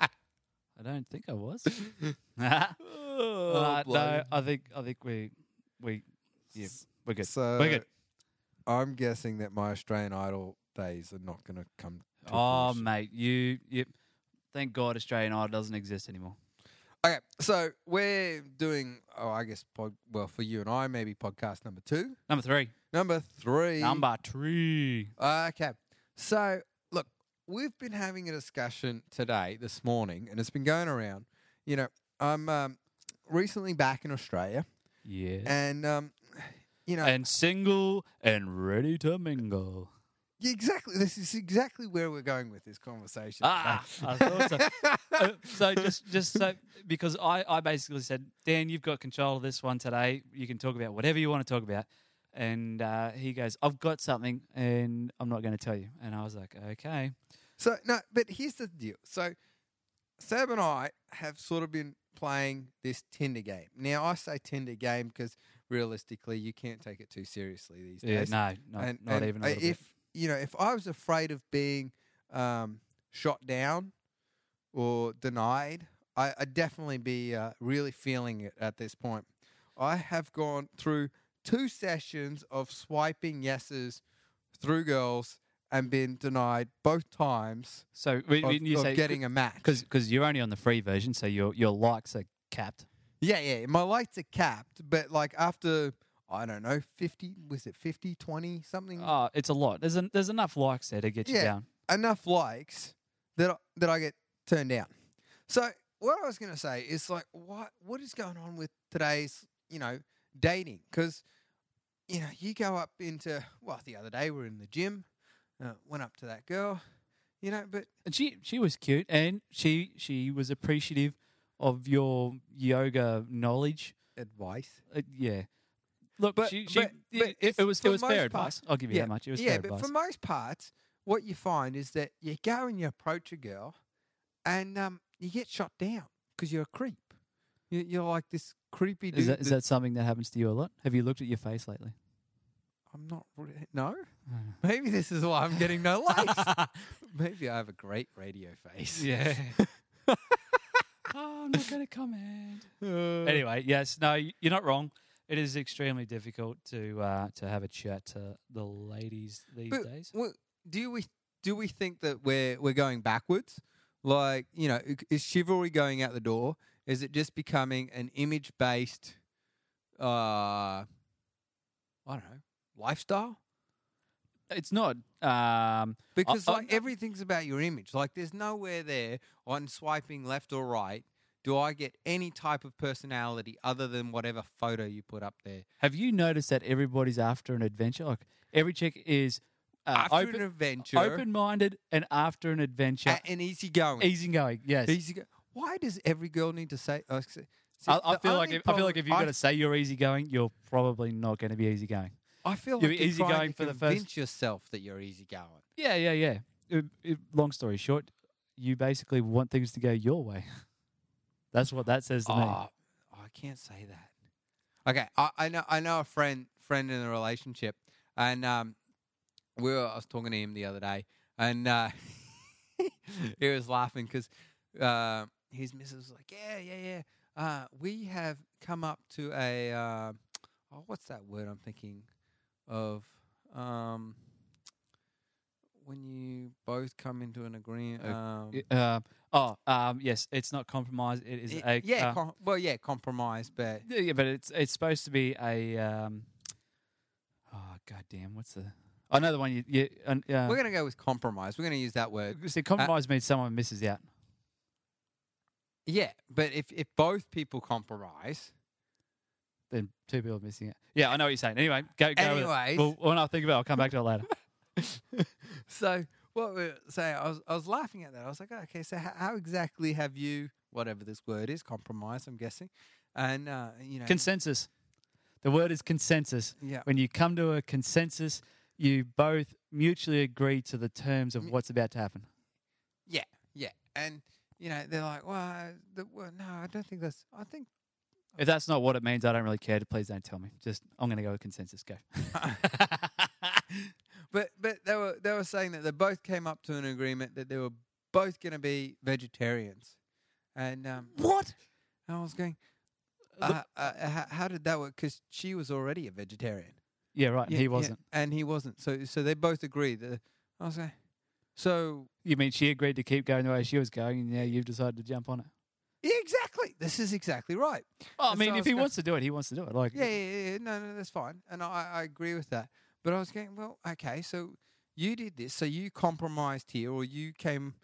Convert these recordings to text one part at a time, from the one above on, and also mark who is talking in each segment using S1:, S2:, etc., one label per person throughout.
S1: I don't think I was. uh, no, I think I think we we yeah we're good.
S2: So
S1: we're good.
S2: I'm guessing that my Australian Idol days are not going to come. To
S1: Oh
S2: fruition.
S1: mate, you yep. Thank God Australian Idol doesn't exist anymore.
S2: Okay, so we're doing. Oh, I guess pod, well for you and I maybe podcast number two,
S1: Number three.
S2: number three,
S1: Number three.
S2: Okay. So, look, we've been having a discussion today, this morning, and it's been going around. You know, I'm um, recently back in Australia,
S1: Yeah.
S2: and, um, you know,
S1: And single and ready to mingle.
S2: yeah, exactly, this is exactly where we're going with this conversation.
S1: Ah, I thought so. Uh, so just just so because I, I basically said, Dan, you've got control of this one today. You can talk about whatever you want to talk about. And uh, he goes, I've got something and I'm not going to tell you. And I was like, okay.
S2: So, no, but here's the deal. So, Sam and I have sort of been playing this Tinder game. Now, I say Tinder game because realistically, you can't take it too seriously these
S1: Yeah,
S2: days.
S1: no, no not even a
S2: uh,
S1: little bit.
S2: if you know if I was afraid of being um, shot down or denied, I, I'd definitely be uh, really feeling it at this point. I have gone through two sessions of swiping yeses through girls and been denied both times
S1: So we,
S2: of,
S1: we, you
S2: of
S1: say
S2: getting a match.
S1: because you're only on the free version, so your your likes are capped.
S2: yeah, yeah, my lights are capped, but like after I don't know, 50, was it 50, 20, something
S1: Oh, it's a lot. There's en- there's enough likes there to get you
S2: Mm. Yeah.
S1: down.
S2: enough likes that I, that I get turned down. So what I was going to say is like, what what is going on with today's you know dating? Because you know you go up into well the other day we were in the gym, uh, went up to that girl, you know, but
S1: And she she was cute, and she she was appreciative of your yoga knowledge.
S2: advice.
S1: Uh, yeah. Look,
S2: But-
S1: she, she
S2: but-
S1: it-
S2: but
S1: it,
S2: for-
S1: was
S2: for
S1: it was
S2: most
S1: fair
S2: part-
S1: advice. I'll give you that much. It was
S2: yeah,
S1: fair
S2: but
S1: advice.
S2: for most parts, what you find is that you go and you approach a girl, and um, you get shot down because you're a creep. You- You're like this creepy dude.
S1: is that is
S2: that-
S1: that something that happens to you a lot? Have you looked at your face lately?
S2: I'm not re- no.
S1: Mm.
S2: Maybe this is why I'm getting no likes. Maybe I have a great radio face.
S1: yeah. oh, I'm not going to comment.
S2: Uh,
S1: anyway, yes, no, y- you're not wrong. It is extremely difficult to uh, to have a chat to the ladies these
S2: But-
S1: days.
S2: well, do we do we think that we're we're going backwards? Like you know, i- is chivalry going out the door? Is it just becoming an image based, uh, I don't know, lifestyle?
S1: It's not. Um,
S2: Because
S1: I-
S2: like everything's about your image. Like there's nowhere there on swiping left or right. Do I get any type of personality other than whatever photo you put up there?
S1: have you noticed that everybody's after an adventure? Like every chick is uh,
S2: After an
S1: open,
S2: adventure,
S1: open-minded, and after an adventure,
S2: a- and easy going.
S1: easy going. Yes,
S2: Easy go- Why does every girl need to say? Uh, s- see,
S1: I, I
S2: the
S1: feel like
S2: only
S1: if, I feel like
S2: problem-
S1: if you've
S2: I-
S1: got to say you're easy going, you're probably not going to be easy going.
S2: I feel
S1: you're
S2: like you're
S1: easy
S2: trying
S1: going
S2: to
S1: for the first-
S2: convince yourself that you're easy going.
S1: Yeah, yeah, yeah. It- it- long story short, you basically want things to go your way. That's what that says to me.
S2: Ah, I can't say that. Okay, I, I know I know a friend friend in a relationship, and um, we were, I was talking to him the other day, and uh, he was laughing because uh, his missus was like, "Yeah, yeah, yeah, uh, we have come up to a uh, oh, what's that word I'm thinking of." Um, when you both come into an agreement, um,
S1: I- uh, oh, um, yes, it's not compromise. It is
S2: it-
S1: a
S2: yeah,
S1: uh,
S2: com- well, yeah, compromise, but
S1: yeah, yeah, but it's it's supposed to be a. Um, oh goddamn! What's the? I know the one you. you uh,
S2: We're going to go with compromise. We're going to use that word.
S1: see, compromise means someone misses out.
S2: Yeah, but if, if both people compromise,
S1: Then two people are missing out. Yeah, I know what you're saying. Anyway, go go. with it.
S2: Anyways.
S1: well, when I think about, it, I'll come back to it later.
S2: so what we're saying, I was, I was laughing at that. I was like, "Oh, okay, so how, how exactly have you, whatever this word is, compromise, I'm guessing, and, uh, you know,
S1: consensus. The word is consensus.
S2: yeah,
S1: When you come to a consensus, you both mutually agree to the terms of
S2: Mm.
S1: what's about to happen.
S2: yeah, yeah. And, you know, they're like, well, the, well, no, I don't think that's, I think,
S1: If that's not what it means, I don't really care. Please don't tell me. Just I'm going to go with consensus. Go.
S2: but but they were they were saying that they both came up to an agreement that they were both going to be vegetarians, and um,
S1: What?
S2: I was going, uh, uh, how, how did that work? Because she was already a vegetarian.
S1: Yeah, right.
S2: Yeah,
S1: he
S2: yeah,
S1: wasn't.
S2: and Uh, he wasn't. So so they both agreed. That, I was like, so
S1: You mean she agreed to keep going the way she was going, and now you've decided to jump on it?
S2: yeah, exactly. This is exactly right.
S1: Well, I
S2: And so
S1: mean,
S2: I
S1: if
S2: was
S1: he
S2: go-
S1: wants to do it, he wants to do it. Like,
S2: Yeah, yeah, yeah. No, no, that's fine. And I, I agree with that. But I was going, well, okay, so you did this. So you compromised here, or you came,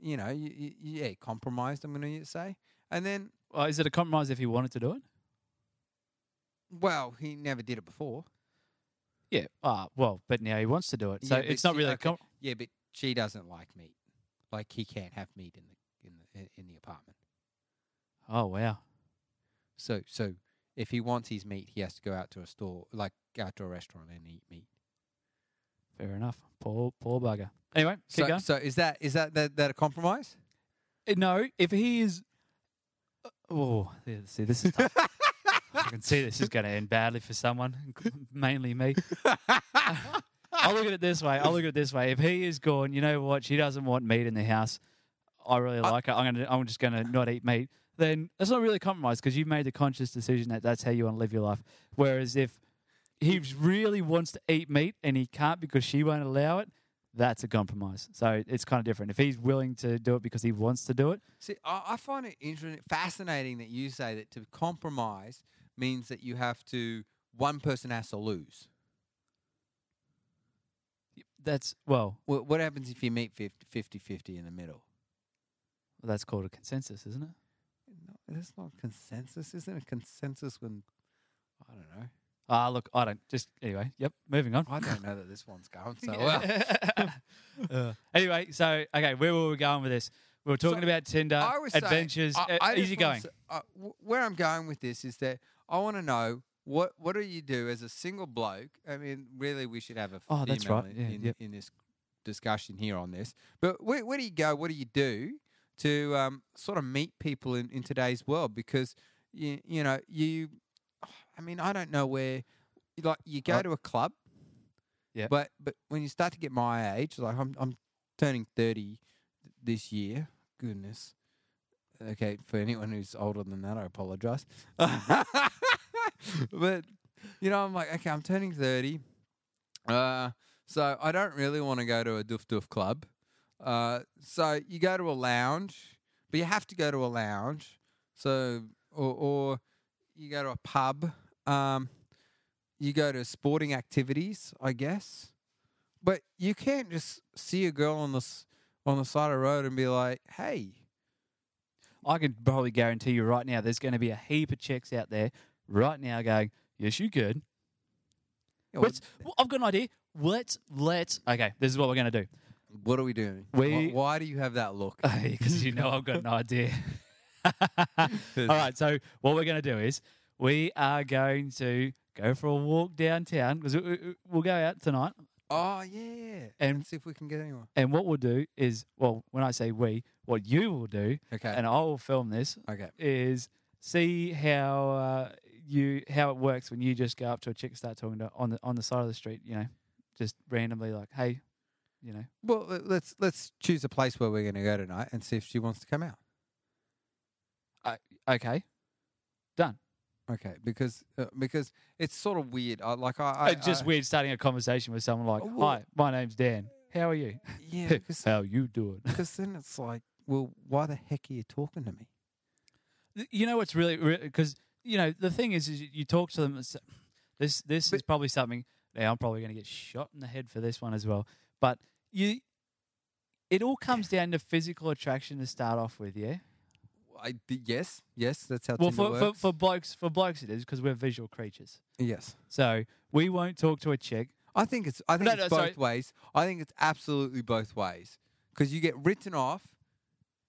S2: you know, you, you, yeah, compromised, I'm going to say. And then,
S1: Well, uh, is it a compromise if he wanted to do it?
S2: well, he never did it before.
S1: Yeah. Ah, well, but now he wants to do it, so
S2: Yeah, but
S1: it's not
S2: she-
S1: really. a
S2: okay.
S1: com-
S2: Yeah, but she doesn't like meat. Like, he can't have meat in the, in the, in the apartment.
S1: oh wow.
S2: So, so if he wants his meat, he has to go out to a store, like out to a restaurant and eat meat.
S1: Fair enough. Poor, poor bugger. Anyway, keep
S2: So,
S1: going.
S2: so is that is that, that that a compromise?
S1: Uh, No, if he is. Uh, Oh, yeah, see, this is tough. I can see this is going to end badly for someone, mainly me. I'll look at it this way. I'll look at it this way. If he is gone, you know what? She doesn't want meat in the house. I really
S2: I-
S1: like her. I'm gonna. I'm just gonna not eat meat. Then that's not really a compromise because you've made the conscious decision that that's how you want to live your life. Whereas if he really wants to eat meat and he can't because she won't allow it, that's a compromise. So it's kind of different. If he's willing to do it because he wants to do it,
S2: See, I, I find it interesting, fascinating that you say that to compromise means that you have to one person has to lose.
S1: that's well,
S2: What, what happens if you meet 50-50 in the middle?
S1: that's called a consensus, isn't it?
S2: No, that's not consensus. Isn't a consensus when I don't know.
S1: Ah, look, I don't. Just anyway. Yep. Moving on.
S2: I don't know that this one's going so well.
S1: Uh, anyway, so okay, where were we going with this? We were talking
S2: So,
S1: about Tinder,
S2: I was saying,
S1: adventures,
S2: I-
S1: uh,
S2: I just
S1: easy
S2: wanna
S1: going.
S2: s- uh, wh- where I'm going with this is that I want to know what what do you do as a single bloke? I mean, really, we should have a female
S1: Oh, that's right.
S2: in,
S1: Yeah,
S2: in,
S1: yep.
S2: in this discussion here on this. But where, where do you go? What do you do to um, sort of meet people in, in today's world? Because you you know you, I mean, I don't know where like you go
S1: Right.
S2: to a club,
S1: Yep.
S2: But but when you start to get my age, like I'm I'm turning thirty th- this year. Goodness. Okay, for anyone who's older than that, I apologize. but you know, I'm like, okay, I'm turning thirty. Uh, so I don't really want to go to a doof doof club. Uh, so you go to a lounge, but you have to go to a lounge. So or or you go to a pub. Um, you go to sporting activities, I guess. But you can't just see a girl on the s- on the side of the road and be like, "Hey,
S1: I can probably guarantee you right now, there's going to be a heap of chicks out there right now going, "Yes, you could."
S2: you know,
S1: Let's- well, I've got an idea. Let's let's. Okay, this is what we're going to do
S2: what are we doing? Wh-
S1: We-
S2: why do you have that look?"
S1: because you know I've got an idea. All right, so what we're going to do is we are going to go for a walk downtown because we'll go out tonight
S2: Oh yeah,
S1: And-
S2: and see if we can get anyone.
S1: And what we'll do is, well, when I say we, what you will do,
S2: Okay,
S1: and I will film this,
S2: okay,
S1: is see how uh, you how it works when you just go up to a chick and start talking to on the on the side of the street, you know, just randomly like, hey, you know,
S2: well le- let's let's choose a place where we're going to go tonight and see if she wants to come out.
S1: okay,
S2: Okay, because uh, because it's sort of weird. I, like I, I
S1: it's just
S2: I-
S1: weird starting a conversation with someone like,
S2: Oh, well-
S1: hi, my name's Dan. How are you?
S2: Yeah, because
S1: How you doing?
S2: because then it's like, well, why the heck are you talking to me?
S1: Th- you know what's really because you know the thing is, is you- you talk to them. and s- This this is probably something. Now I'm probably going to get shot in the head for this one as well. But you, it all comes down to physical attraction to start off with. Yeah.
S2: I d- yes, yes, that's how.
S1: Well,
S2: Tinder
S1: for, for
S2: works.
S1: for blokes for blokes it is because we're visual creatures.
S2: yes,
S1: So we won't talk to a chick.
S2: I think it's I think
S1: No,
S2: it's
S1: no,
S2: both
S1: sorry.
S2: ways. I think it's absolutely both ways because you get written off,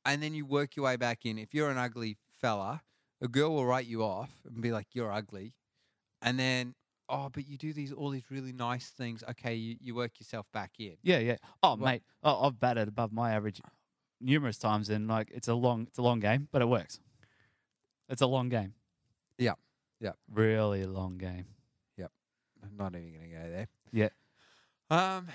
S2: and then you work your way back in. If you're an ugly fella, a girl will write you off and be like, "You're ugly," and then oh, but you do these all these really nice things. Okay, you, you work yourself back in.
S1: Yeah, yeah.
S2: Well-
S1: Oh, mate, oh, I've batted above my average numerous times, and like it's a long it's a long game, but it works. It's a long game.
S2: Yeah, yeah.
S1: Really long game.
S2: I'm not even going to go there.
S1: Yeah.
S2: Um,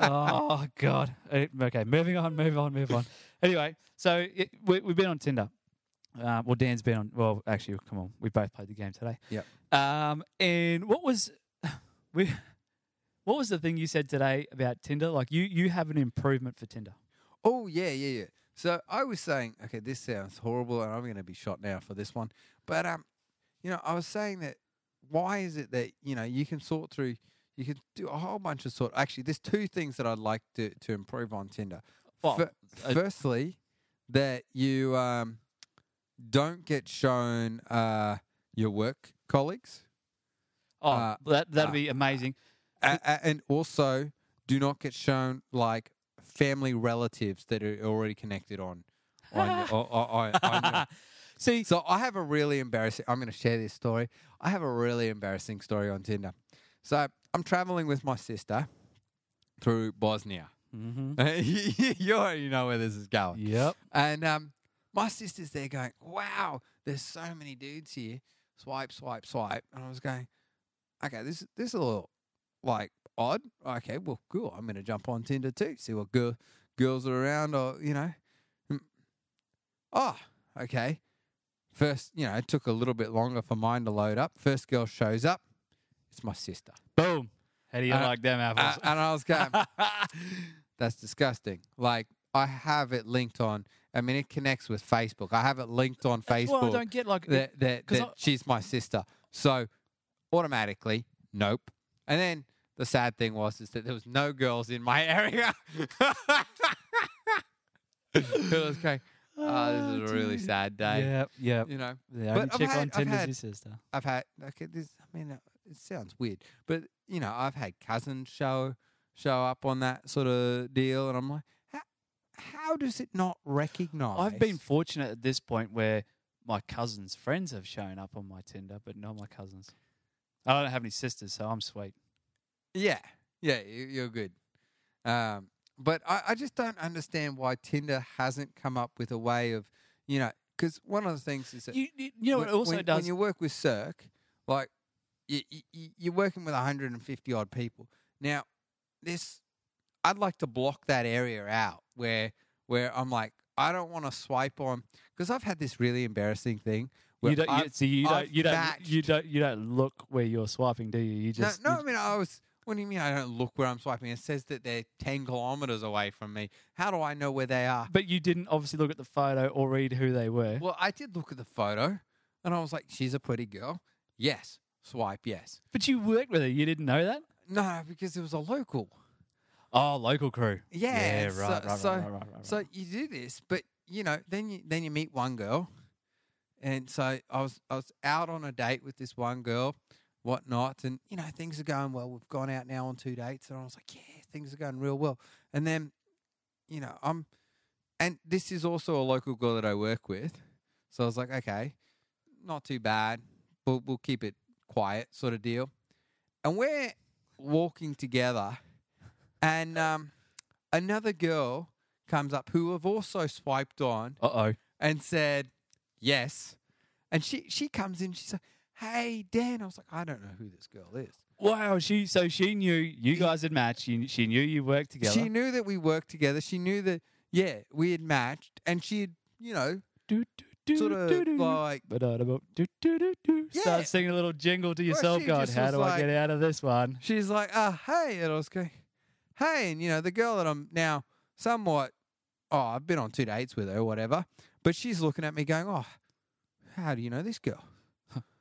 S1: oh God. Uh, Okay, moving on, move on, move on. Anyway, so it, we, we've been on Tinder. Uh, well, Dan's been on. Well, actually, come on, we both played the game today.
S2: Yep.
S1: Um, and what was we? What was the thing you said today about Tinder? Like you, you have an improvement for Tinder.
S2: Oh yeah, yeah, yeah. So I was saying, okay, this sounds horrible, and I'm going to be shot now for this one. But um, you know, I was saying that why is it that you know you can sort through, you can do a whole bunch of sort. Actually, there's two things that I'd like to to improve on Tinder.
S1: Well,
S2: Fir-
S1: uh,
S2: firstly, that you um don't get shown uh your work colleagues,
S1: Oh,
S2: uh,
S1: that that'd
S2: uh,
S1: be amazing.
S2: a- a- and also do not get shown like family relatives that are already connected on on your, o- o- o- on your
S1: See,
S2: So I have a really embarrassing. I'm going to share this story. I have a really embarrassing story on Tinder. So I'm traveling with my sister through Bosnia.
S1: Mhm.
S2: you already know where this is going.
S1: yep.
S2: And um, my sister's there going, wow, there's so many dudes here. Swipe, swipe, swipe. And I was going, okay, this, this is a little like odd. Okay, well, cool. I'm going to jump on Tinder too, see what girl, girls are around or, you know. Mm. Oh, okay. First, you know, it took a little bit longer for mine to load up. First girl shows up. It's my sister.
S1: Boom. How do you
S2: Uh,
S1: like them
S2: Uh,
S1: apples?
S2: and I was going, That's disgusting. Like I have it linked on. I mean, it connects with Facebook. I have it linked on
S1: That's what I
S2: Facebook
S1: don't get. Like,
S2: that that,
S1: 'cause
S2: that
S1: I-
S2: she's my sister. So automatically, nope. And then the sad thing was is that there was no girls in my area. it was going,
S1: Ah,
S2: oh, this is a really sad day.
S1: Yep, yep.
S2: You know,
S1: The
S2: But
S1: only
S2: I've
S1: chick
S2: had-
S1: on
S2: I've
S1: Tinder's
S2: had-
S1: your sister.
S2: I've had okay. This, I mean, uh, it sounds weird, but you know, I've had cousins show show up on that sort of deal, and I'm like, how, how does it not recognize?
S1: I've been fortunate at this point where my cousin's friends have shown up on my Tinder, but not my cousins. I don't have any sisters, so I'm sweet.
S2: yeah, yeah, you, you're good. Um, but I, I just don't understand why Tinder hasn't come up with a way of, you know, because one of the things is that
S1: You, you, you know what
S2: when,
S1: it also
S2: when- when
S1: does?
S2: you work with Cirque, like you, you, you're working with 150 odd people. Now, this I'd like to block that area out where where I'm like I don't want to swipe on because I've had this really embarrassing thing. Where
S1: You don't, you,
S2: I've-
S1: see, you don't,
S2: I've
S1: you don't,
S2: matched-
S1: you don't, you don't look where you're swiping, do you? You
S2: no,
S1: just
S2: no, I mean I was. What do you mean? I don't look where I'm swiping. It says that they're 10 kilometers away from me. How do I know where they are?
S1: but you didn't obviously look at the photo or read who they were.
S2: Well, I did look at the photo, and I was like, "She's a pretty girl." Yes, swipe yes.
S1: But you worked with her. You didn't know that.
S2: No, because it was a local.
S1: Oh, local crew.
S2: Yeah,
S1: yeah,
S2: so-
S1: right, right,
S2: so-
S1: right, right, right, right, right.
S2: So you do this, but you know, then you then you meet one girl, and so I was I was out on a date with this one girl, whatnot, and you know things are going well. We've gone out now on two dates, and I was like, yeah, things are going real well. And then, you know, I'm, and this is also a local girl that I work with, so I was like, okay, not too bad. We'll we'll keep it quiet, sort of deal. And we're walking together, and um, another girl comes up who have also swiped on
S1: uh oh.
S2: and said yes. And she she comes in, she's like, Hey Dan. I was like, I don't know who this girl is.
S1: Wow, she so she knew you
S2: She-
S1: guys had matched. She, she knew you worked together.
S2: She knew that we worked together. She knew that yeah, we had matched and she had, you know,
S1: do, do, do,
S2: sort of
S1: do, do.
S2: like
S1: Ba-da-da-bum, do, do, do, do.
S2: Yeah.
S1: Start singing a little jingle to yourself,
S2: she
S1: God.
S2: just
S1: How
S2: was
S1: do I
S2: like-
S1: get out of this one?
S2: she's like, Ah, hey, and I was going, Hey, and you know, the girl that I'm now somewhat oh, I've been on two dates with her or whatever, but she's looking at me going, Oh, how do you know this girl?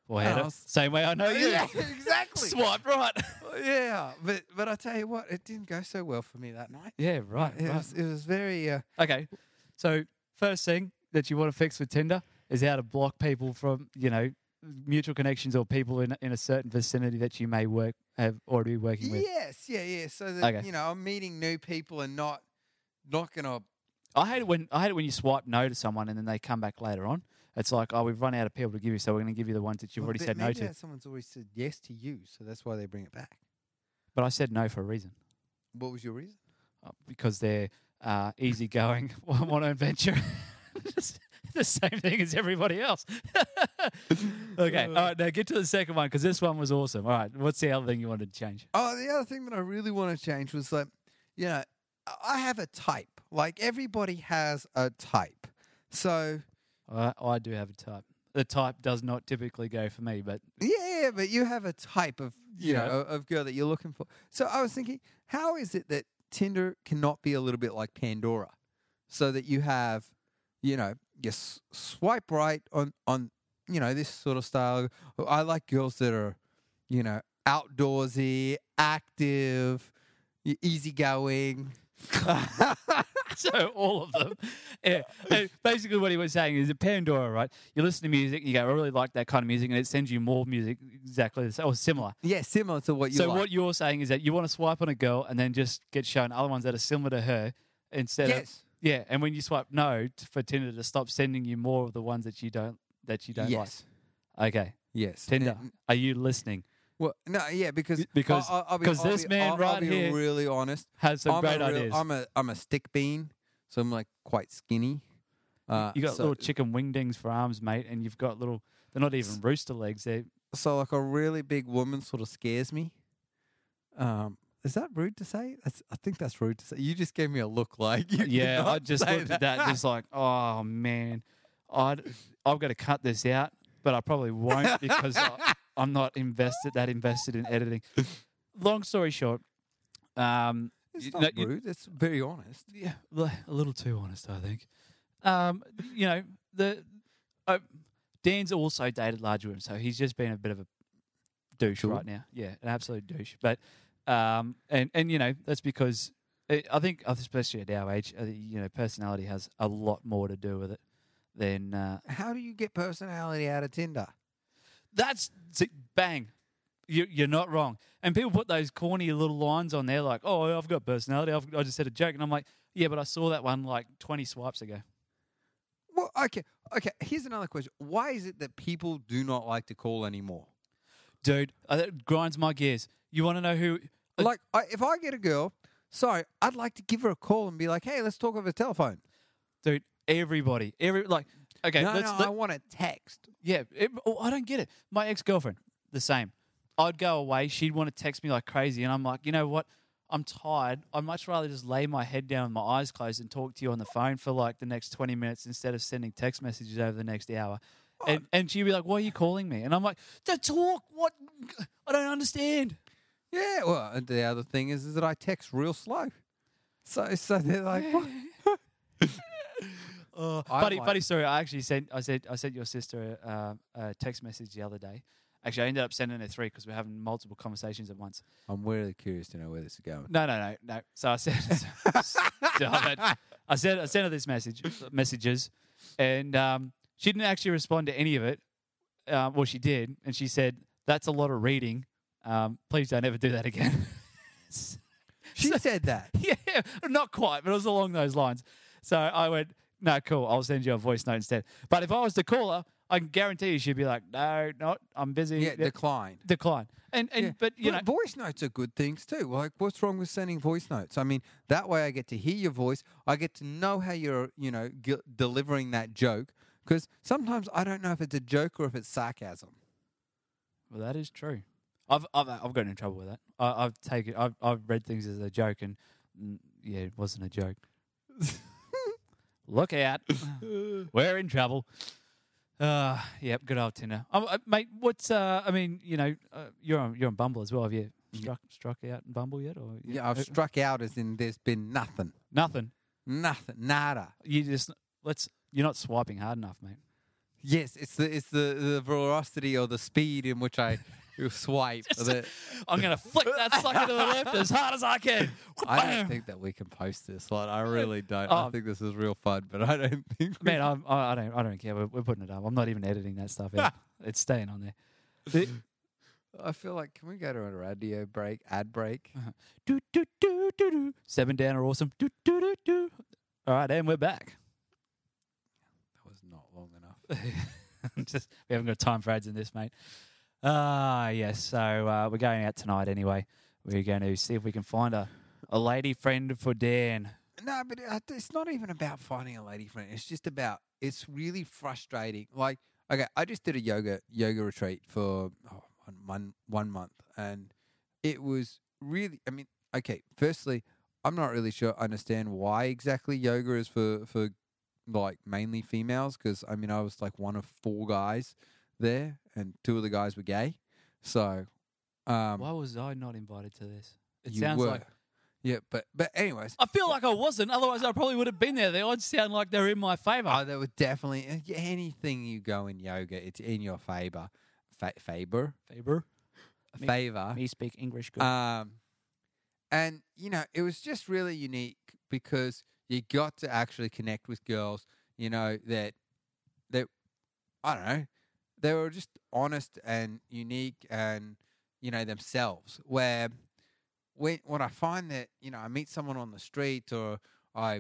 S1: Well, how
S2: I
S1: do-
S2: was-
S1: same way I know you.
S2: "Oh, Yeah, exactly.
S1: Swipe right.
S2: Yeah, but but I tell you what, it didn't go so well for me that night.
S1: yeah, right,
S2: It
S1: right.
S2: was it was very uh,
S1: Okay, so first thing that you want to fix with Tinder is how to block people from you know mutual connections or people in in a certain vicinity that you may work have already be working with.
S2: yes, yeah, yeah. So that
S1: Okay.
S2: you know, I'm meeting new people and not not gonna
S1: I hate it when I hate it when you swipe no to someone and then they come back later on. It's like, oh, we've run out of people to give you, so we're going to give you the ones that you've
S2: Well,
S1: already
S2: th-
S1: said no
S2: maybe
S1: to.
S2: that Someone's already said yes to you, so that's why they bring it back.
S1: But I said no for a reason.
S2: What was your reason?
S1: uh, because they're uh, easygoing, want to adventure. the same thing as everybody else. okay, all right, now get to the second one because this one was awesome. All right, what's the other thing you wanted to change?
S2: Oh, the other thing that I really want to change was like, you know, I- I have a type. Like everybody has a type. So
S1: I, I do have a type. The type does not typically go for me, but
S2: yeah, but you have a type of you
S1: Yeah.
S2: know of- of girl that you're looking for. So I was thinking, how is it that Tinder cannot be a little bit like Pandora, so that you have, you know, you s- swipe right on on you know this sort of style. I like girls that are, you know, outdoorsy, active, y- easygoing.
S1: so all of them. Yeah. And basically, what he was saying is a Pandora, right? You listen to music, you go, I really like that kind of music, and it sends you more music exactly the same or similar.
S2: Yeah, similar to what you
S1: so
S2: like.
S1: what you're saying is that you want to swipe on a girl and then just get shown other ones that are similar to her instead of
S2: yes,
S1: yeah. And when you swipe no t- for Tinder to stop sending you more of the ones that you don't that you don't
S2: yes,
S1: like. Okay,
S2: yes.
S1: Tinder,
S2: And-
S1: are you listening?
S2: well, no, yeah, because
S1: Because-
S2: I'll, I'll be,
S1: 'cause
S2: I'll
S1: this
S2: be-
S1: man
S2: I'll, I'll
S1: right
S2: be
S1: here-
S2: really honest.
S1: Have some
S2: I'm
S1: great
S2: a real-
S1: ideas.
S2: I'm a I'm a stick bean, so I'm like quite skinny. Uh,
S1: you got
S2: so,
S1: little chicken wingdings for arms, mate, and you've got little. They're not even rooster legs. They're
S2: so like a really big woman sort of scares me. Um, is that rude to say? That's, I think that's rude to say. You just gave me a look like you did
S1: Yeah, I
S2: not
S1: just
S2: say
S1: looked at that, just like, oh man, I'd, I've got to cut this out, but I probably won't because I, I'm not invested that invested in editing. Long story short, um, you-
S2: it's
S1: no,
S2: not
S1: you-
S2: rude. It's very honest.
S1: yeah, li- a little too honest, I think. Um, you know, the uh, Dan's also dated large women, so he's just been a bit of a douche
S2: Cool.
S1: right now. Yeah, an absolute douche. But um, and and you know that's because it, I think especially at our age, uh, you know, personality has a lot more to do with it than uh,
S2: How do you get personality out of Tinder?
S1: that's see, bang. You, you're not wrong. And people put those corny little lines on there, like, "Oh, I've got personality. I've, I just said a joke," and I'm like, "Yeah, but I saw that one like 20 swipes ago."
S2: Well, okay, okay. Here's another question: Why is it that people do not like to call anymore?
S1: dude. Uh, that grinds my gears. You want to know who? uh,
S2: Like, I, if I get a girl, sorry, I'd like to give her a call and be like, "Hey, let's talk over the telephone."
S1: dude, everybody, every like. Okay,
S2: no,
S1: let's.
S2: no,
S1: let-
S2: I want a text.
S1: yeah, it- oh, I don't get it. My ex girlfriend, the same. I'd go away. She'd want to text me like crazy, and I'm like, you know what? I'm tired. I'd much rather just lay my head down with my eyes closed and talk to you on the phone for like the next 20 minutes instead of sending text messages over the next hour. And, and she'd be like, why are you calling me? And I'm like, to talk. What? I don't understand.
S2: Yeah. Well, and the other thing is, is that I text real slow. So, so they're like, what? I
S1: Uh, funny,
S2: like-
S1: funny story. I actually sent, I said, I sent your sister a, uh, a text message the other day. Actually, I ended up sending her three because we're having multiple conversations at once.
S2: I'm really curious to know where this is going.
S1: No, no, no, no. So I sent, Stop it. I sent, I sent her this message, messages, and um, she didn't actually respond to any of it. Um, well, she did, and she said, "That's a lot of reading. Um, please don't ever do that again."
S2: She said that.
S1: yeah, not quite, but it was along those lines. So I went, no, cool. I'll send you a voice note instead. But if I was to call her, I can guarantee you she'd be like, no, not. I'm busy.
S2: Yeah,
S1: Yeah,
S2: decline.
S1: decline. And and
S2: Yeah.
S1: but you know,
S2: voice notes are good things too. Like, what's wrong with sending voice notes? I mean, that way I get to hear your voice. I get to know how you're, you know, g- delivering that joke. Because sometimes I don't know if it's a joke or if it's sarcasm.
S1: well, that is true. I've I've I've gotten in trouble with that. I, I've taken I've I've read things as a joke, and mm, yeah, it wasn't a joke. Look out, we're in trouble. Uh, yep, good old Tinder, um, uh, mate. What's uh, I mean, you know, uh, you're on you're on Bumble as well. Have you struck struck out in Bumble yet? Or
S2: Yeah, I've
S1: uh,
S2: struck out as in there's been nothing,
S1: Nothing.
S2: nothing, nada.
S1: You just let's. You're not swiping hard enough, mate.
S2: Yes, it's the it's the, the velocity or the speed in which I swipe. that-
S1: I'm gonna flick that sucker to the left as hard as I can.
S2: I don't think that we can post this. Like, I really don't. I
S1: Oh.
S2: think this is real fun, but I don't think. we-
S1: Man, I'm, I I don't. I don't care. We're, we're putting it up. I'm not even editing that stuff out. it's staying on there. The-
S2: I feel like can we go to a radio break, ad break?
S1: do, do, do, do, do. Seven down are awesome. Do, do, do, do. All right, and we're back.
S2: That was not long enough.
S1: Just we haven't got time for ads in this, mate. Ah, yes. So uh, we're going out tonight anyway. We're going to see if we can find a, a lady friend for Dan.
S2: No, but uh, it's not even about finding a lady friend. It's just about it's really frustrating. Like, okay, I just did a yoga yoga retreat for oh, one, one one month, and it was really. I mean, okay. Firstly, I'm not really sure I understand why exactly yoga is for for like mainly females because I mean I was like one of four guys there, and two of the guys were gay. So, um,
S1: Why was I not invited to this? It
S2: you
S1: sounds
S2: were.
S1: like
S2: yeah, but but anyways,
S1: I feel like I wasn't. Otherwise, I probably would have been there. The odds sound like they're in my favor.
S2: Oh, that would definitely uh, yeah, anything you go in yoga, it's in your favor, Fa- favor,
S1: Faber. Me-
S2: favor.
S1: Me speak English good.
S2: Um, and you know, it was just really unique because you got to actually connect with girls. You know that that I don't know, they were just honest and unique, and you know themselves. Where when when I find that you know I meet someone on the street or I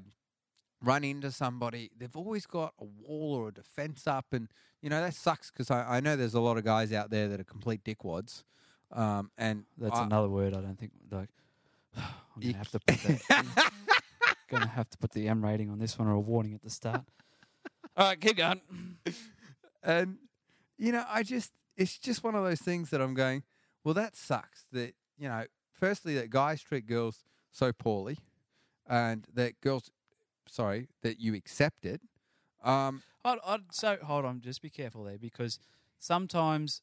S2: run into somebody, they've always got a wall or a defense up, and you know that sucks because I, I know there's a lot of guys out there that are complete dickwads. Um, and
S1: That's
S2: I-
S1: another word. I don't think like. I'm
S2: You
S1: gonna have to put that. gonna have to put the M rating on this one or a warning at the start. All right, keep going.
S2: and you know, I just it's just one of those things that I'm going, well, that sucks. That you know, firstly, that guys treat girls so poorly, and that girls, sorry, that you accept it. Um,
S1: I'd, I'd, so hold on, just be careful there because sometimes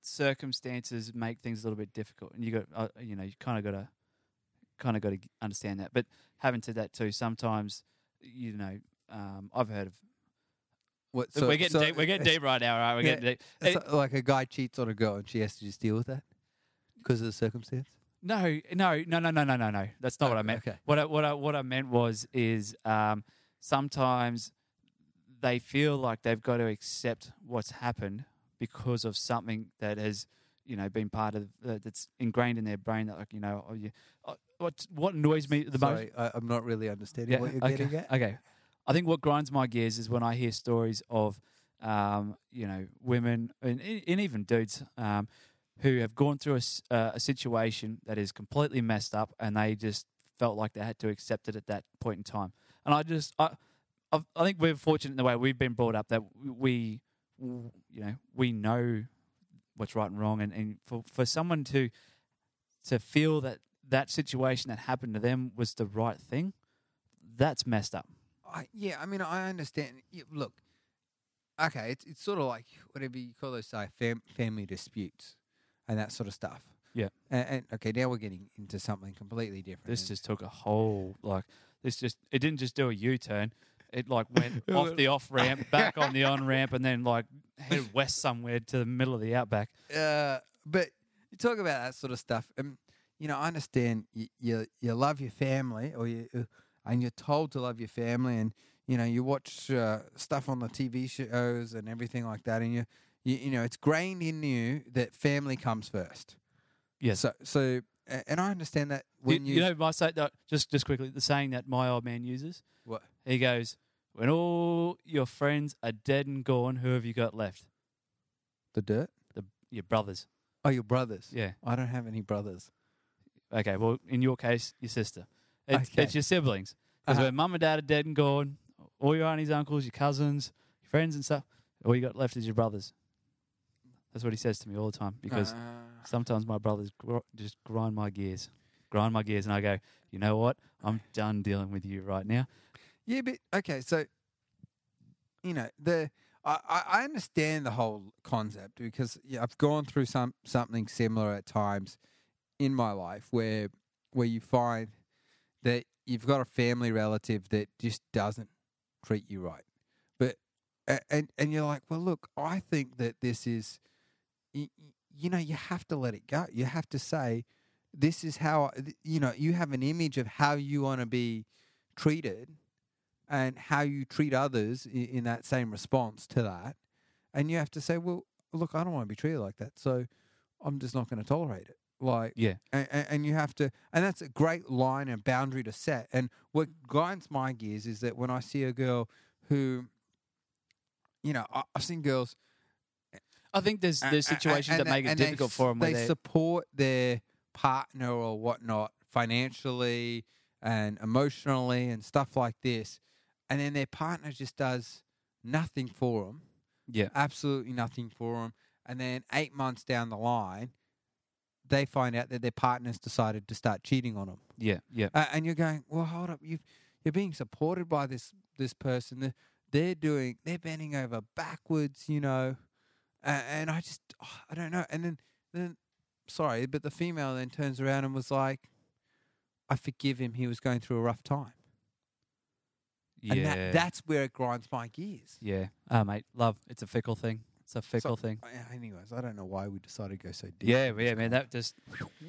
S1: circumstances make things a little bit difficult, and you got uh, you know you kind of got to kind of got to understand that. But having said that too, sometimes you know um, I've heard of.
S2: what, so,
S1: we're getting
S2: so-
S1: deep. We're getting deep right now. All right, we're
S2: Yeah,
S1: getting deep.
S2: it's
S1: Uh,
S2: so- like a guy cheats on a girl, and she has to just deal with that because of the circumstance.
S1: No, no, no, no, no, no, no, no. That's not what I
S2: Okay,
S1: meant.
S2: okay.
S1: What I, what I, what I meant was is um, sometimes they feel like they've got to accept what's happened because of something that has you know been part of uh, that's ingrained in their brain that like you know oh, you, uh, what what annoys me the most
S2: Sorry, I, I'm not really understanding what you're
S1: okay.
S2: getting at.
S1: Okay. I think what grinds my gears is when I hear stories of, um, you know, women and, and even dudes um, who have gone through a, s- uh, a situation that is completely messed up and they just felt like they had to accept it at that point in time. And I just, I, I've, I think we're fortunate in the way we've been brought up that we, you know, we know what's right and wrong. And, and for, for someone to, to feel that that situation that happened to them was the right thing, that's messed up.
S2: I, yeah, I mean, I understand. Yeah, look, okay, it's it's sort of like whatever you call those, say, fam- family disputes and that sort of stuff.
S1: Yeah.
S2: And, and okay, now we're getting into something completely different.
S1: This
S2: and-
S1: just took a whole like this just it didn't just do a U turn. It like went off the off ramp, back on the on ramp, and then like headed west somewhere to the middle of the outback.
S2: Uh, but you talk about that sort of stuff, and you know, I understand you you, you love your family, or you, uh, and you're told to love your family, and you know, you watch uh, stuff on the TV shows and everything like that, and you, you you know, it's grained in you that family comes first.
S1: Yes.
S2: So so, a- and I understand that when you,
S1: you, know my say that just just quickly the saying that my old man uses.
S2: what
S1: He goes, "When all your friends are dead and gone, who have you got left?
S2: the dirt?
S1: The your brothers."
S2: Oh, your brothers.
S1: Yeah.
S2: I don't have any brothers.
S1: Okay. Well, in your case, your sister. It's,
S2: Okay.
S1: it's your siblings. Because
S2: Uh-huh.
S1: when mum and dad are dead and gone, all your aunties, uncles, your cousins, your friends and stuff, all you got left is your brothers. That's what he says to me all the time because
S2: Uh,
S1: sometimes my brothers gr- just grind my gears, grind my gears, and I go, you know what? I'm done dealing with you right now.
S2: yeah, but okay, so you know the I, I I understand the whole concept because yeah, I've gone through some something similar at times in my life where where you find that you've got a family relative that just doesn't treat you right, but a- and and you're like, well, look, I think that this is, you, you know, you have to let it go. You have to say, this is how I- th- you know you have an image of how you want to be treated and how you treat others in, in that same response to that. And you have to say, well, look, I don't want to be treated like that. So I'm just not going to tolerate it. Like,
S1: Yeah.
S2: And, and you have to, and that's a great line and boundary to set. And what grinds my gears is that when I see a girl who, you know, I, I've seen girls
S1: I think there's there's
S2: a- a- a-
S1: situations
S2: Uh, and
S1: that make it
S2: and they
S1: difficult
S2: s-
S1: for them.
S2: They support their partner or whatnot financially and emotionally and stuff like this, and then their partner just does nothing for them,
S1: Yeah.
S2: absolutely nothing for them, and then eight months down the line, they find out that their partner's decided to start cheating on them.
S1: Yeah. Yeah.
S2: Uh, and you're going, well, hold up, you you're being supported by this this person. They're, they're doing, they're bending over backwards, you know. Uh, and I just, oh, I don't know. And then, then, sorry, but the female then turns around and was like, I forgive him. He was going through a rough time.
S1: Yeah.
S2: And that, that's where it grinds my gears.
S1: yeah. Oh, mate. Love. It's a fickle thing. It's a fickle thing.
S2: Uh, Anyways, I don't know why we decided to go so deep.
S1: Yeah. Yeah, man. That just.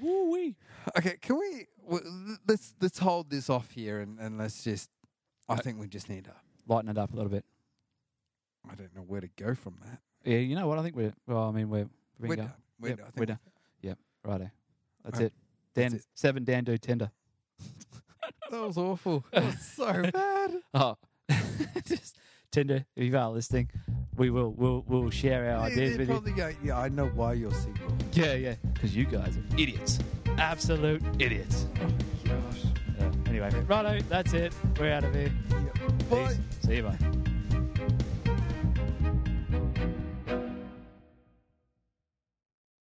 S1: Woo wee.
S2: Okay, can we w- let's let's hold this off here and, and let's just. I
S1: Uh,
S2: think we just need a.
S1: Lighten it up a little bit.
S2: I don't know where to go from that.
S1: Yeah. You know what? I think we're. Well, I mean, we're.
S2: We're
S1: We're
S2: done. We're
S1: Yep,
S2: done. I
S1: we're
S2: think-
S1: done. Right. That's
S2: Alright,
S1: it. Dan
S2: that's
S1: seven. Dan do tender.
S2: That was awful. That was so bad.
S1: Oh, just Tinder. If you are listening, we will we'll we'll share our
S2: They-
S1: ideas
S2: they
S1: with you.
S2: probably go, yeah, I know why you're single.
S1: Yeah, yeah. Because you guys are idiots. Oh Absolute idiots.
S2: Gosh.
S1: Uh, anyway, righto. That's it. We're out of here.
S2: Yeah.
S1: Peace. See you, bye.